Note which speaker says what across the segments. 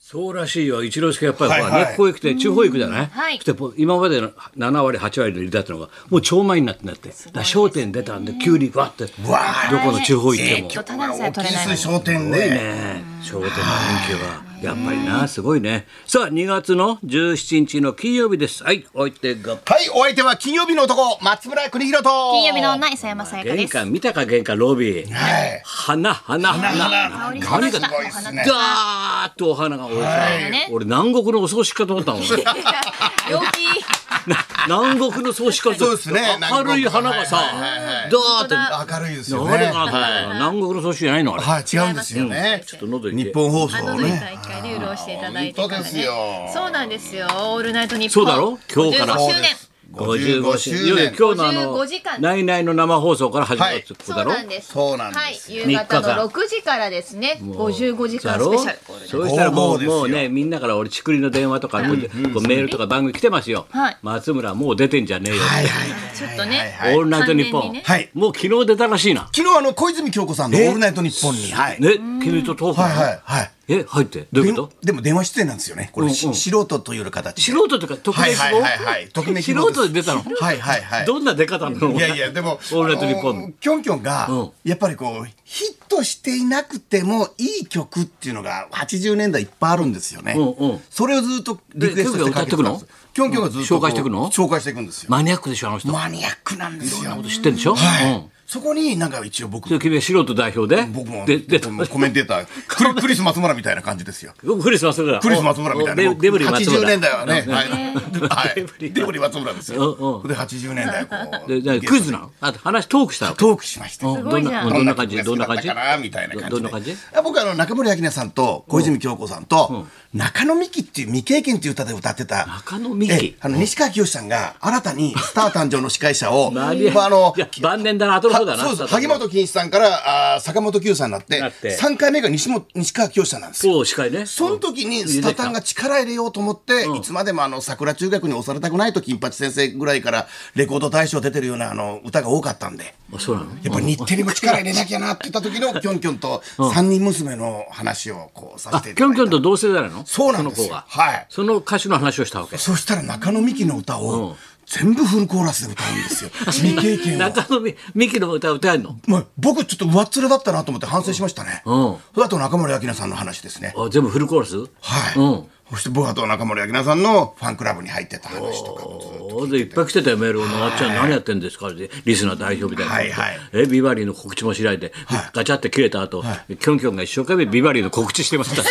Speaker 1: そうらしいよ一之輔やっぱりほらね、
Speaker 2: はいは
Speaker 1: こ
Speaker 2: い
Speaker 1: こへ来て地方へ行くじゃない、
Speaker 3: はい
Speaker 1: そしてぽ今までの7割8割の入りだったのがもう超前になってなって、だから商店出たんで急にバッてど
Speaker 2: わー
Speaker 1: この地方行って
Speaker 3: え
Speaker 1: も
Speaker 3: ー
Speaker 1: す
Speaker 3: 今日ただでさえ取れない
Speaker 2: 大
Speaker 3: のに
Speaker 2: きい商店で、
Speaker 1: ごいね商店の人気はやっぱりなすごいねさあ2月の17日の金曜日ですはいおいてが
Speaker 2: はいお相手は金曜日の男松村邦弘と
Speaker 3: 金曜日の女、磯山さやかで
Speaker 1: 玄
Speaker 3: す。
Speaker 1: 関見たか玄関ロビー
Speaker 2: はい
Speaker 1: 花花花
Speaker 3: 香りし
Speaker 2: 香
Speaker 3: ま
Speaker 2: りがす
Speaker 3: した。
Speaker 2: ごいですね
Speaker 1: ダーッとお花が置いてある
Speaker 3: いね
Speaker 1: 俺南国のお葬式かと思った もん
Speaker 3: 陽気。
Speaker 1: な 南国の葬式かと
Speaker 2: そうですね
Speaker 1: 明るい花がさ、
Speaker 2: はいはいはい
Speaker 1: ダーっ
Speaker 2: 明るいです
Speaker 1: て流
Speaker 2: よ
Speaker 1: れ
Speaker 2: ね
Speaker 1: かなと思ったら南国の葬式じゃないのあれ、
Speaker 2: はい違うんですよね、
Speaker 1: ちょっと喉痛い
Speaker 2: 日本放
Speaker 3: あ
Speaker 2: 送
Speaker 3: の
Speaker 2: ね
Speaker 3: ね、一回ね、潤していただいてから
Speaker 2: 本当です
Speaker 3: ね
Speaker 2: よ。
Speaker 3: そうなんですよ。オールナイトニッポン。
Speaker 1: そうだろ今日から
Speaker 3: 55周年。
Speaker 2: 55
Speaker 1: 55
Speaker 2: 周
Speaker 1: 周
Speaker 2: 年
Speaker 1: 年いよいよ今日のあ
Speaker 3: 55
Speaker 1: の
Speaker 3: 時間
Speaker 1: ナイナイの生放送から始まるってこと
Speaker 3: そ
Speaker 1: だ
Speaker 3: う
Speaker 1: ろ、
Speaker 3: なんです。
Speaker 2: そうなんです
Speaker 3: はい、夕方
Speaker 1: 三日間
Speaker 3: の六時からですね。55時
Speaker 1: だ
Speaker 3: 間ス
Speaker 1: ろ
Speaker 3: ペシャル。
Speaker 1: そ
Speaker 3: オールナイト
Speaker 1: うしたらも
Speaker 2: ゴーゴー
Speaker 1: う
Speaker 2: ですよ
Speaker 1: もうねみんなから俺ちくりの電話とかこうこうメールとか番組来てますよ、
Speaker 3: はい
Speaker 1: 松村もう出てんじゃねえよ、
Speaker 2: はいはい
Speaker 3: ちょっとね。
Speaker 2: はい
Speaker 1: オールナイトニッポ
Speaker 3: 完全
Speaker 1: ン、
Speaker 3: にね
Speaker 2: はい
Speaker 1: もう昨日出たらしいな
Speaker 2: 昨日あの小泉今日子さんの「オールナイトニッポン」にはい
Speaker 1: ね君とトーク、
Speaker 2: はいはいはい
Speaker 1: え入ってどういうこと
Speaker 2: ででも電話出演なんですよねこれ、
Speaker 1: うんうん
Speaker 2: し素人という形
Speaker 1: 素人というか特別
Speaker 2: はい
Speaker 1: 語、
Speaker 2: はいはいはい匿名希望
Speaker 1: 素人で
Speaker 2: です
Speaker 1: 出たの
Speaker 2: はいはいはい
Speaker 1: どんな出方 なの
Speaker 2: いやいやでも
Speaker 1: オールナイトニッポン
Speaker 2: あのキョンキョンが、
Speaker 1: うん
Speaker 2: やっぱりこうヒットしていなくてもいい曲っていうのが80年代いっぱいあるんですよね、
Speaker 1: うんうん
Speaker 2: それをずっとリクエストしてかけたんです
Speaker 1: で
Speaker 2: キョンキョンがずっとこう
Speaker 1: 紹介していくの
Speaker 2: 紹介していくんですよ
Speaker 1: マニアックでしょあの人
Speaker 2: マニアックなんですよ
Speaker 1: 知ってるでしょ、
Speaker 2: はい、
Speaker 1: うん
Speaker 2: そこになんか一応僕
Speaker 1: で君は素人代表で
Speaker 2: 僕も
Speaker 1: でで
Speaker 2: 僕もコメンテ ータークリクリス松村みたいな感じですよ
Speaker 1: クリスマスだ
Speaker 2: クリス松村みたいな
Speaker 1: デデブリ松村
Speaker 2: 80年代はね、はいはい、
Speaker 1: ブリ
Speaker 2: デブリ松村ですよ、
Speaker 1: うんうん
Speaker 2: で80年代こう
Speaker 1: ででクイズなのあと話トークしたの
Speaker 2: トークしました
Speaker 1: うん
Speaker 3: ごい
Speaker 1: どん
Speaker 3: じ
Speaker 1: な
Speaker 3: ゃ
Speaker 1: んうんどんな感じど
Speaker 2: ど
Speaker 1: ん
Speaker 2: ん
Speaker 1: な
Speaker 2: な
Speaker 1: 感
Speaker 2: 感
Speaker 1: じ
Speaker 2: じだったかなみたいな感じで
Speaker 1: どどんな感じ
Speaker 2: 僕あの中森明菜さんと小泉今日子さんと中野美紀っていう未経験っていう歌で歌ってた
Speaker 1: 中野美紀
Speaker 2: ええあの西川きよしさんが新 たにスター誕生の司会者を
Speaker 1: マニア
Speaker 2: まああの
Speaker 1: いや晩年だな後の方だな
Speaker 2: はそうです
Speaker 1: 佐藤
Speaker 2: 萩本欽一さんからあー坂本九さんになって
Speaker 1: なって
Speaker 2: 3回目が西本西川きよしさんなんですよ
Speaker 1: そう司会ね
Speaker 2: その時にスタタンが力入れようと思って、いつまでもあの桜中学に押されたくないと金八先生ぐらいからレコード大賞出てるようなあの歌が多かったんで。
Speaker 1: あそうなの
Speaker 2: やっぱ日テレも力入れなきゃなって言った時のキョンキョンと三人娘の話をこうさ
Speaker 1: あ
Speaker 2: せ
Speaker 1: キ
Speaker 2: てい
Speaker 1: ョ
Speaker 2: ただ
Speaker 1: ン
Speaker 2: い
Speaker 1: キョン
Speaker 2: た
Speaker 1: と同世代なの
Speaker 2: そうなんですよ
Speaker 1: その子が
Speaker 2: はい
Speaker 1: その歌手の話をしたわけ
Speaker 2: そしたら中野美紀の歌
Speaker 1: うん
Speaker 2: を全部フルコーラスで歌うん ですよ未経験を
Speaker 1: 中野美美紀の歌歌えるの
Speaker 2: まあ僕ちょっと上っ面だったなと思って反省しましたね
Speaker 1: うん
Speaker 2: それあと中森明菜さんの話ですね
Speaker 1: あ全部フルコーラス
Speaker 2: はい、
Speaker 1: うん
Speaker 2: そして僕あと中森明菜さんのファンクラブに入ってた話とかもずっと
Speaker 1: おーでいっぱい来てたよメールを「なっちゃん何やってんですか?」でリスナー代表みたいな、
Speaker 2: はいはい
Speaker 1: えビバリーの告知もしないで、ガチャって切れた後、キョンキョンが一生懸命ビバリーの告知してました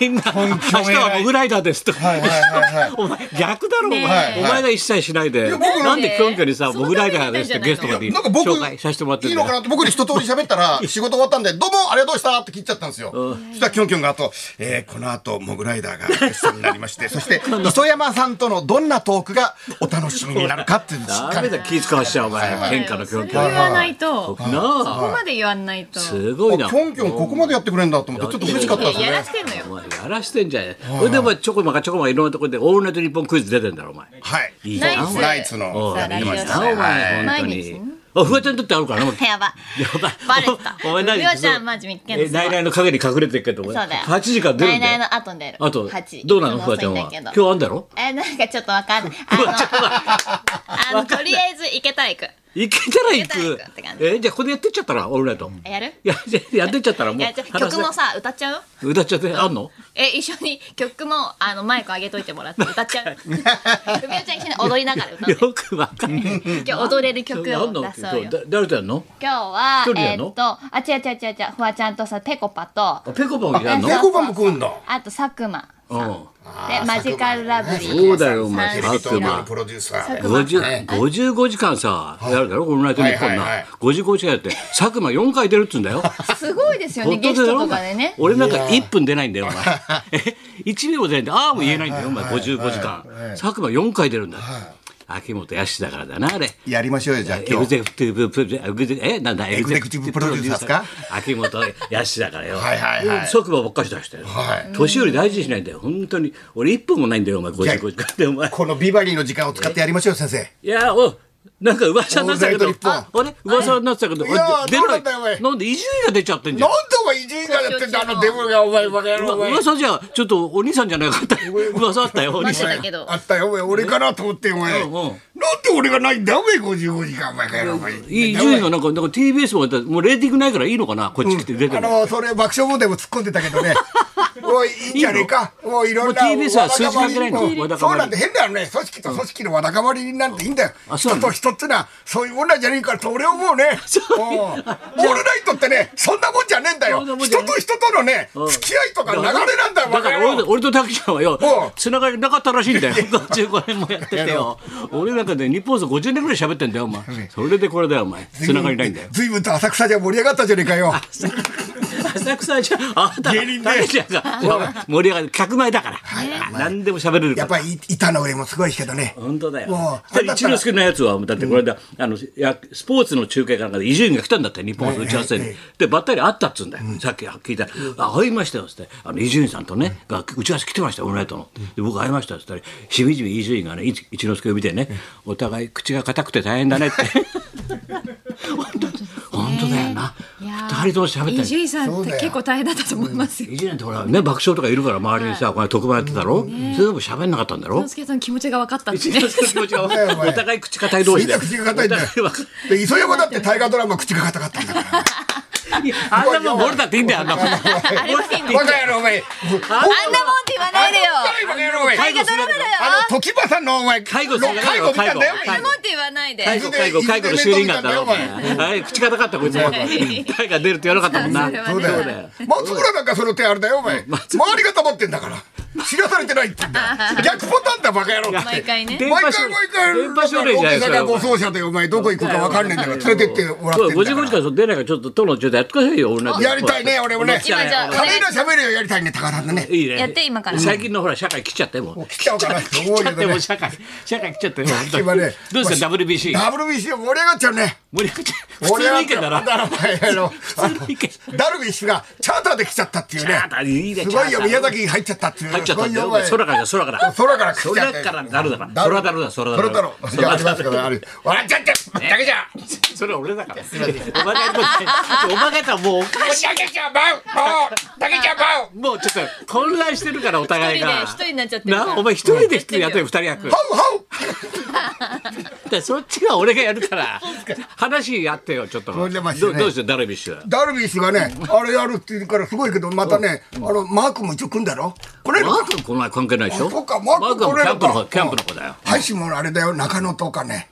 Speaker 1: みんな「明日はモグライダーです」とか、
Speaker 2: はいはいはい はい
Speaker 1: お前逆だろお前、
Speaker 2: はい
Speaker 1: お前が一切しないで
Speaker 2: や僕の
Speaker 1: なんでキョンキョンにさ「
Speaker 3: そ
Speaker 1: モ
Speaker 3: の
Speaker 1: グ
Speaker 3: た
Speaker 1: ラ
Speaker 3: め
Speaker 1: イ
Speaker 3: に
Speaker 1: ダーです」ってゲストが
Speaker 3: い
Speaker 2: いやなんか僕
Speaker 1: 紹介させてもらって
Speaker 2: い
Speaker 1: ん
Speaker 2: い
Speaker 1: だ
Speaker 2: の
Speaker 1: よ
Speaker 2: かなと僕に一通り喋ったら仕事終わったんで「どうもありがとうございました」って切っちゃったんですよ、そしたらキョンキョンがあと、えーこの後モグライダーがゲストになりまして そして磯山さんとのどんなトークがお楽しみになるかっていうのをしっ
Speaker 1: ダ
Speaker 2: か
Speaker 1: メだ
Speaker 2: り
Speaker 1: 気使わしちゃうお前喧嘩のキョンキ
Speaker 3: それ
Speaker 1: ョ
Speaker 3: 言
Speaker 1: ン
Speaker 3: わないと。
Speaker 1: な
Speaker 3: そこ
Speaker 1: あ
Speaker 3: まで言わないと。
Speaker 1: すごいな
Speaker 2: あキョンキョンここまでやってくれるんだと思ってちょっと嬉しかったです
Speaker 3: やら
Speaker 2: ね
Speaker 3: してんのよ。
Speaker 1: お前やらしてんじゃんそれでお前ちょこまかちょこまかいろんなところで「オールナイトニッポンクイズ」出てんだろお前
Speaker 2: はい
Speaker 1: いい
Speaker 3: ナイ
Speaker 1: な
Speaker 3: ツ
Speaker 2: ナイツの
Speaker 1: お
Speaker 3: さあ
Speaker 1: や
Speaker 2: や
Speaker 1: り
Speaker 2: ってき
Speaker 1: ま
Speaker 2: ま
Speaker 1: し
Speaker 2: したた
Speaker 1: ね、
Speaker 2: ね
Speaker 1: お前、
Speaker 2: はい
Speaker 1: 本当
Speaker 3: 毎日
Speaker 1: に
Speaker 3: ね。
Speaker 1: お、フワちゃんにとってあるからな。
Speaker 3: やば。バレた。
Speaker 1: お前何
Speaker 3: りょうちゃんマジ見つけない
Speaker 1: えナイナイの陰に隠れてるけど、
Speaker 3: そうだよ。
Speaker 1: 8時から出るんだよ
Speaker 3: ナイナイ。の後に出る。
Speaker 1: あと
Speaker 3: 8時、
Speaker 1: どうなの、
Speaker 3: いつ
Speaker 1: フ
Speaker 3: も
Speaker 1: ワちゃ
Speaker 3: 遅い
Speaker 1: んは。
Speaker 3: だけ
Speaker 1: 今日
Speaker 3: ど
Speaker 1: あんだろ
Speaker 3: えなんかちょっとわかんない。あ
Speaker 1: フワちゃんは。
Speaker 3: の、あのとりあえず行けたら行く。
Speaker 1: 行けたら行く
Speaker 3: 行けたら行くって感。じ
Speaker 1: え、じゃあここでやってっちゃったら、オールナイト。
Speaker 3: やる
Speaker 1: いや、じゃあやってっちゃったらも
Speaker 3: いやじゃ
Speaker 1: う。
Speaker 3: あ曲もさ、歌っちゃう
Speaker 1: 歌っちゃって、あんの
Speaker 3: え、一緒に曲も、あの、マイク上げといてもらって歌っちゃう。ふみおちゃん一緒に踊りながら歌って。
Speaker 1: よくわかんない。
Speaker 3: 今日踊れる 曲を出
Speaker 1: あんの
Speaker 3: そうよ。
Speaker 1: だ誰とやんの
Speaker 3: 今日は
Speaker 1: 一、人
Speaker 3: え
Speaker 1: やんの
Speaker 3: ーっと、あ、違う違う違う違う、フワちゃんとさ、ぺこぱと、
Speaker 1: あペコパもやんの
Speaker 2: ペコパも来るんだ
Speaker 3: あと佐久間。
Speaker 1: うん。
Speaker 3: で、マジカルラブリー。
Speaker 1: そうだよ、お前、
Speaker 2: テ
Speaker 1: サー
Speaker 2: レビ東京
Speaker 1: ク
Speaker 2: の
Speaker 1: マ
Speaker 2: プ。ロデューサー
Speaker 3: 佐久
Speaker 1: 50 55時間さ、やるだろ、オールナイトニッポンな、
Speaker 2: はいはいはい
Speaker 1: 55時間やって、佐久間4回出るっつうんだよ。
Speaker 3: 間。すごいですよね、
Speaker 1: ほっ
Speaker 3: ゲ
Speaker 1: と
Speaker 3: ス
Speaker 1: けよ
Speaker 3: トとかでね。
Speaker 1: 俺なんか1分出ないんだよ、お 前。え、1秒も出ないんだよ。ああも言えないんだよ、お前、55時間。佐久間4回出るんだよ。秋元康だからだな、あれ。
Speaker 2: やりましょうよじゃあ
Speaker 1: エ
Speaker 2: 今
Speaker 1: グ
Speaker 2: 日
Speaker 1: ゼクティブプロエグゼえなんだエ
Speaker 2: グゼクティブプロデューサーですか
Speaker 1: 秋元康だからよ
Speaker 2: はいはいはい
Speaker 1: 即馬ばっかし出したよ、
Speaker 2: はい
Speaker 1: 年寄り大事にしないんだよ本当に俺一分もないんだよお前55時間でお前
Speaker 2: このビバリーの時間を使ってやりましょうよ先生
Speaker 1: いやおなんか噂になってたけど、
Speaker 2: オールナイト
Speaker 1: ああ
Speaker 2: ニッ
Speaker 1: れ噂になってたけど、
Speaker 2: いやー
Speaker 1: 出
Speaker 2: どうな
Speaker 1: なん
Speaker 2: だよお前
Speaker 1: い。なんで伊集院が出ちゃってんじゃ
Speaker 2: なん
Speaker 1: ん。
Speaker 2: でお前伊集院がやってんだあのデブがお前バカ野郎お前
Speaker 1: 噂じゃちょっとお兄さんじゃなか った。噂あったよお兄
Speaker 3: 噂
Speaker 1: さ
Speaker 3: だ
Speaker 1: ん。
Speaker 3: けど
Speaker 2: あったよお前俺かなと思ってお前な
Speaker 1: うんん
Speaker 2: で
Speaker 1: うん
Speaker 2: 俺がないんだお前55時間お前かよお前
Speaker 1: 伊集院がなんかなんか TBS もやったらもうレーティングないからいいのかなこっち来て出て
Speaker 2: あ
Speaker 1: る。
Speaker 2: のそれ爆笑問題も突っ込んでた けどねおいいいんじゃねえかもういろんな
Speaker 1: もう TBS は数字関係ないの
Speaker 2: わだかまり
Speaker 1: わだか
Speaker 2: そ
Speaker 1: ま
Speaker 2: う
Speaker 1: り
Speaker 2: なんで変だよね組織と組織のわだかまりなんていいんだよ
Speaker 1: あそうな
Speaker 2: 人
Speaker 1: の
Speaker 2: と人ってのはそういうもんなんじゃねえからと俺は思うねうん オールナイトってねそんなもんじゃねえんだよ
Speaker 1: そんなもんじゃ
Speaker 2: 人
Speaker 1: ね
Speaker 2: と人とのね
Speaker 1: うん
Speaker 2: 付き合いとか流れなんだよ
Speaker 1: だ
Speaker 2: わ
Speaker 1: か
Speaker 2: から
Speaker 1: 俺
Speaker 2: る
Speaker 1: と俺とタクちゃんはよ
Speaker 2: うん
Speaker 1: つながりなかったらしいんだよ55年もやっててよ俺なんかで日本放送50年ぐらい喋ってんだよお前それでこれだよお前つながりないんだよ
Speaker 2: 随分と浅草じゃ盛り上がったじゃねえ かよ
Speaker 1: 浅草じゃああた
Speaker 2: 芸人で
Speaker 1: タケちゃんが盛り上がる客前だからあ何でも喋れる
Speaker 2: や
Speaker 1: か
Speaker 2: っ
Speaker 1: ら
Speaker 2: ぱり板の上もすごいけどね
Speaker 1: 本当だよ
Speaker 2: もう
Speaker 1: だから一之輔のやつはだってこれであのやスポーツの中継かなんかで伊集院が来たんだって日本放送打ち合わせに、
Speaker 2: えええ
Speaker 1: でばったり会ったっつうんだよ、さっき聞いたら「あ会いましたよ」っつってあの伊集院さんとね、が打ち合わせ来てましたよオムライトので僕会いましたっつったらしみじみ伊集院がねい一之輔を見てね、お互い口が硬くて大変だねって 本当だよな二人とも喋って
Speaker 4: 伊
Speaker 1: る
Speaker 4: 集院さんって結構大変だったと思いますよ。
Speaker 1: 伊集院ってほらね爆笑とかいるから周りにさ、この間特番やってたろ、それでも喋んなかったんだろ、
Speaker 4: 伊之助さんの気持ちが分かったんです
Speaker 1: 一
Speaker 4: ね
Speaker 1: 之。輔の気持ちが
Speaker 2: そうだよお前
Speaker 1: お互い口硬い同
Speaker 2: み
Speaker 1: 士
Speaker 2: ん
Speaker 1: で
Speaker 2: な口が硬いんだよ
Speaker 1: お互分か
Speaker 2: で磯山だって大河ドラマ口が硬かったん だから
Speaker 1: いやあんなもん俺だっていいんだよあんなもん
Speaker 3: あれはいいの
Speaker 2: バカ野郎お前
Speaker 3: あんなもんって言わないでよ
Speaker 2: バカ野郎お前
Speaker 1: 介護するわけだよ
Speaker 2: あの時ばさんのお前
Speaker 1: 介護する
Speaker 2: 介護見たんだよ
Speaker 3: あんなもんって言わないで
Speaker 1: 介護介護介護の修理員なんだろお前あれ口硬かったこいつも誰が出るって言わなかったもんな
Speaker 2: そうだよ松村なんかその手あれだよお前周りが黙ってんだから知らされてないって言うんだ よ逆パターンだバカ野郎って
Speaker 3: 毎回ね
Speaker 1: 電
Speaker 2: 毎
Speaker 1: 波
Speaker 2: 回
Speaker 1: 書
Speaker 2: 毎回
Speaker 1: 電波書類じゃないです
Speaker 2: 大阪
Speaker 1: か
Speaker 2: ご奏者でお前どこ行くか分かんねえんだから連れてってもらってんだ
Speaker 1: 55
Speaker 2: か
Speaker 1: 時
Speaker 2: ら
Speaker 1: 間そう出ないからちょっと都の状態やってくださいよ俺なんか
Speaker 2: やりたいね俺もね
Speaker 1: 今じゃあ
Speaker 2: カメラ喋るよやりたいね高田のね
Speaker 1: いいね
Speaker 3: やって今から
Speaker 1: 最近のほら社会来ちゃってもう
Speaker 2: 来ちゃおうかなと思
Speaker 1: 来
Speaker 2: うけ
Speaker 1: ちゃ
Speaker 2: ど
Speaker 1: っても
Speaker 2: ね
Speaker 1: う社会社会来ちゃってもう本当に
Speaker 2: 今ね
Speaker 1: どうですか WBC
Speaker 2: WBC 盛り上がっちゃうね
Speaker 1: 盛り上がっちゃう普通の意見だな
Speaker 2: だろ普
Speaker 1: 通の意見
Speaker 2: ダルビッシュがチャーターで来ちゃったっていう
Speaker 1: チ
Speaker 2: ね
Speaker 1: ャーターいいね
Speaker 2: すごい
Speaker 1: チャー
Speaker 2: よ
Speaker 1: ター
Speaker 2: 宮崎入っちゃったっていう
Speaker 1: 入っちゃったんだよ
Speaker 2: すごいよお前
Speaker 1: 空からだ空から
Speaker 2: 空から来ちゃったよ
Speaker 1: 空からなるだから空だろだ空だろ
Speaker 2: それだろいやありますからあれ笑っちゃってだけじゃ
Speaker 1: それは俺だから。お前がやることないお前がやったらもうおかし
Speaker 2: だけじゃバウもうだけじゃバウ
Speaker 1: い。もうちょっと混乱してるからお互いが。
Speaker 3: 一人で一人になっちゃってるから
Speaker 1: なお前一人で一人やってる二人役。だか
Speaker 2: ハウハウ
Speaker 1: らそっちは俺がやるから。話やってよちょっと。ど
Speaker 2: そ
Speaker 1: ど
Speaker 2: れでま
Speaker 1: う
Speaker 2: してね
Speaker 1: どうしてダルビッシュは。
Speaker 2: ダルビッシュがねあれやるって言うからすごいけどまたねあのマークも一応組んだろこれ
Speaker 1: マー君この前関係ないでしょ。
Speaker 2: あそっかマー君
Speaker 1: マー君はキャンプの
Speaker 2: これ
Speaker 1: 子
Speaker 2: か
Speaker 1: キャンプの子だよ。
Speaker 2: 配信もあれだよ中野とかね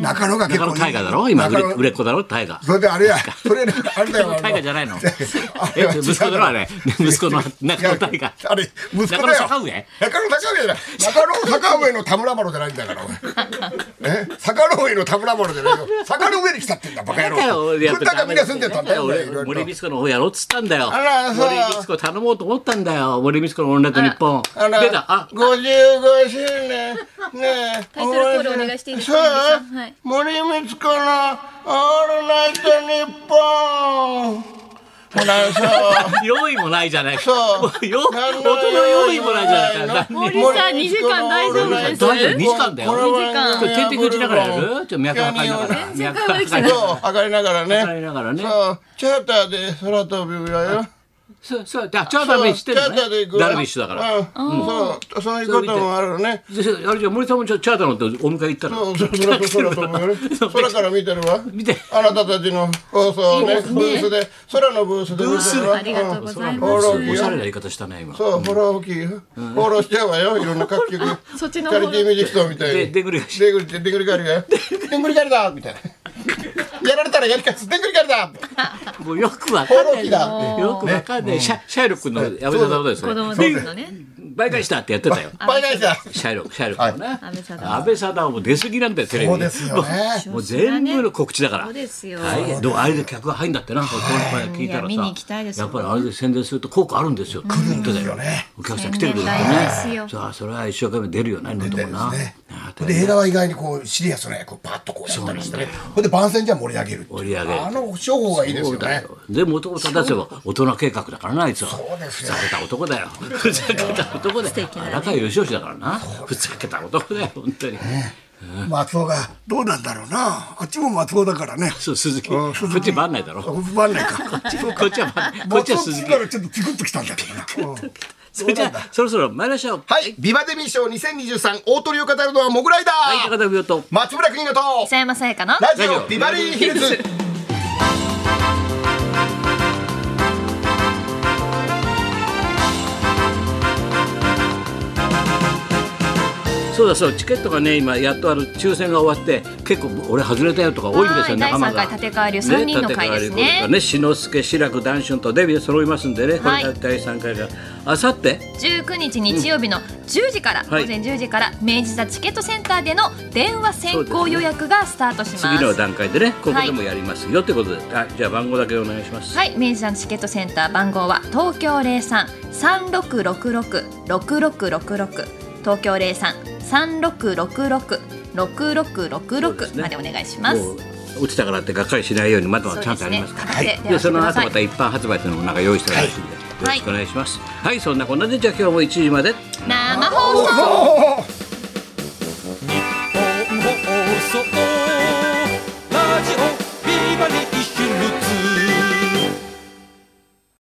Speaker 2: 中野が結
Speaker 1: 中
Speaker 2: 構
Speaker 1: 野
Speaker 2: い
Speaker 1: 大
Speaker 2: い
Speaker 1: 河だろ今売
Speaker 2: 中
Speaker 1: れ
Speaker 2: 野
Speaker 1: 売れっ子だろ大河。
Speaker 2: それであれや、それあれだよ。
Speaker 1: 大河じゃないの。
Speaker 2: あ
Speaker 1: え
Speaker 2: れは
Speaker 1: 息子だろあれ。息子の中野大河。
Speaker 2: あれ、息子だよ。
Speaker 1: 中野坂上
Speaker 2: 中野坂上じゃない。中野坂上の田村丸じゃないんだから、お 前。え坂の上の田村丸じゃないよ。坂の上に来たってんだ、バカ
Speaker 1: だ
Speaker 2: 野
Speaker 1: から
Speaker 2: 郎。
Speaker 1: 俺やっ
Speaker 2: 軍団がみんな住んでたんだよ、
Speaker 1: 俺
Speaker 2: いろいろ
Speaker 1: 森光子の方やろうっつったんだよ。
Speaker 2: あらそう
Speaker 1: 森光子頼もうと思ったんだよ。森光子のオンライト日本。
Speaker 2: あら
Speaker 1: 出た。あ、
Speaker 2: 55周年、ねえ。
Speaker 3: タイトルコールお願いしていいですか
Speaker 2: さあ
Speaker 3: はい
Speaker 2: 森光子のオールナイトニッポン。ほらさ。
Speaker 1: 用意もないじゃない。
Speaker 2: そう
Speaker 1: よ音の用意もないじゃない。
Speaker 4: 森さん二時間大丈夫です
Speaker 1: 大丈夫二時間だよ。
Speaker 2: これは
Speaker 1: ちょっと点滴打ちながらやる。ちょっと脈測りながら。
Speaker 4: 全然
Speaker 1: 脈測
Speaker 4: 会話で
Speaker 1: り
Speaker 4: き
Speaker 1: ながら。
Speaker 4: てない
Speaker 2: そう、上がりながら
Speaker 1: 脈測り
Speaker 2: ね。
Speaker 1: ながらね。
Speaker 2: そう、チャーターで空飛ぶぐらいよ。
Speaker 1: そうそう。あ、チャーターメイ知ってるのね
Speaker 2: チャーターで行。く
Speaker 1: ダルビッシュだから。
Speaker 2: ら。うん、そう、そういうこともあるね。
Speaker 1: であれじゃあ森さんもちょっとチャーター乗ってお迎え行った
Speaker 2: そ
Speaker 1: の
Speaker 2: う、。空飛ぶよ。空から見てるわ。
Speaker 1: 見て。
Speaker 2: あなたたちの放送をね、ブースで、空のブースで見てるわ。
Speaker 4: ありがとうござい
Speaker 1: お
Speaker 4: ます。
Speaker 1: しゃれな言い方したね今。
Speaker 2: そう、フォロー大きいよ。フォローしちゃうわよ、いろんな各局。
Speaker 4: そっち
Speaker 2: チ
Speaker 4: の
Speaker 2: ャ
Speaker 4: 方
Speaker 2: リティーミュージックストアみたい
Speaker 1: で、
Speaker 2: に。
Speaker 1: でぐりがし。
Speaker 2: でんぐりでんぐり返りがよ。でんぐり返りだみたいな。やられたらやり返す。でんぐり返りだ
Speaker 1: もうよくわかんない。
Speaker 2: フォロー機だ
Speaker 1: よくわかんない。シャシャイロックのやめたことです
Speaker 3: 子供
Speaker 1: ね。
Speaker 3: たちのね
Speaker 1: 倍返したってやってたよ。
Speaker 2: 倍返しだ
Speaker 1: シャイロック、シャイロックもね。
Speaker 3: 安倍さん
Speaker 1: 安倍サダヲも出過ぎなんだよ、テレビ
Speaker 2: そ
Speaker 1: に。
Speaker 2: うですよね。
Speaker 1: もう全部の告知だから。
Speaker 3: そうですよ
Speaker 1: はい、でもあれで客が入んだってなんかこの前聞いたらさ、
Speaker 3: いや見に行きたいです
Speaker 1: や
Speaker 3: よ
Speaker 1: っぱりあれで宣伝すると効果あるんですよ。来るんですよね。お客さん来てるけどね
Speaker 3: 宣伝大事です。よ
Speaker 1: さあそれは一生懸命出るよな、今のとこな。
Speaker 2: ね
Speaker 1: ああ
Speaker 2: で映画は意外にこうシリアスな役をパッとこうやったりしてねほんで番宣じゃ盛り上げるっていう
Speaker 1: 盛り上げる
Speaker 2: あの商法がいいです
Speaker 1: そ
Speaker 2: よ
Speaker 1: うだ
Speaker 2: ね
Speaker 1: よ。で、元を正せば大人計画だからな、あいつは。
Speaker 2: そうです
Speaker 1: ふ
Speaker 2: よ
Speaker 1: ざけた男だよ。ふざけた男だよ。荒川義しだからな。ふざけた男だよ、本当に。
Speaker 5: 松尾がどうなんだろうなあっちも松尾だからね
Speaker 1: そう鈴木
Speaker 5: う
Speaker 1: こ
Speaker 5: ん鈴木
Speaker 1: っちバンないだ ろこ
Speaker 5: 不満ないか
Speaker 1: っちはバンないこっ
Speaker 5: 松
Speaker 1: ち
Speaker 5: 尾
Speaker 1: は
Speaker 5: っつ
Speaker 1: 鈴
Speaker 5: っ
Speaker 1: 木
Speaker 5: たらちょっとピクッときたんだけどなうん
Speaker 1: それじゃあそろそろ参りましょう
Speaker 2: はい、ビバデミー賞2023大鳥を語るのはモグライダー、
Speaker 1: はい高田美代と
Speaker 2: 松村邦乃と
Speaker 3: 磯山さやかの
Speaker 2: ラジ
Speaker 1: ラジ
Speaker 2: オ
Speaker 1: オ
Speaker 2: ビバリーヒルズ
Speaker 1: そうだそうチケットがね今やっとあの抽選が終わって結構俺外れたよとか多いんですよ
Speaker 3: はい
Speaker 1: 仲間が
Speaker 3: 第三回立川流三人の会で
Speaker 1: 立川流
Speaker 3: すね
Speaker 1: これがね志の輔志らく談春とデビュー揃いますんでねこ
Speaker 3: はい
Speaker 1: れが第三回があさって
Speaker 3: 19日日曜日の10時から、
Speaker 1: はい
Speaker 3: 午前10時から明治座チケットセンターでの電話先行予約がスタートします
Speaker 1: 次の段階でねここでもやりますよってことであじゃあ番号だけお願いします
Speaker 3: はい、明治座のチケットセンター番号は東京零三三六六六六六六六東京零三三六六六六六六
Speaker 1: そうで
Speaker 3: 六
Speaker 1: すね
Speaker 3: までお願いします。
Speaker 1: もう落ちたからってがっかりしないようにまだま
Speaker 3: そ
Speaker 1: だ
Speaker 3: う
Speaker 1: チャ
Speaker 3: で
Speaker 1: ンスあ
Speaker 3: す
Speaker 1: りますから。
Speaker 3: ね買って
Speaker 1: で
Speaker 3: やらせ
Speaker 1: そ
Speaker 3: てく
Speaker 1: の
Speaker 3: だ
Speaker 1: 後
Speaker 3: さ
Speaker 1: ま
Speaker 3: い
Speaker 1: た一般発売というのもなんか用意してありますんで、
Speaker 3: はい
Speaker 1: よろしくお願いしますはい、そんなこんなでじゃあ今日も1時まで
Speaker 3: 生放送
Speaker 5: おお
Speaker 6: 日本放送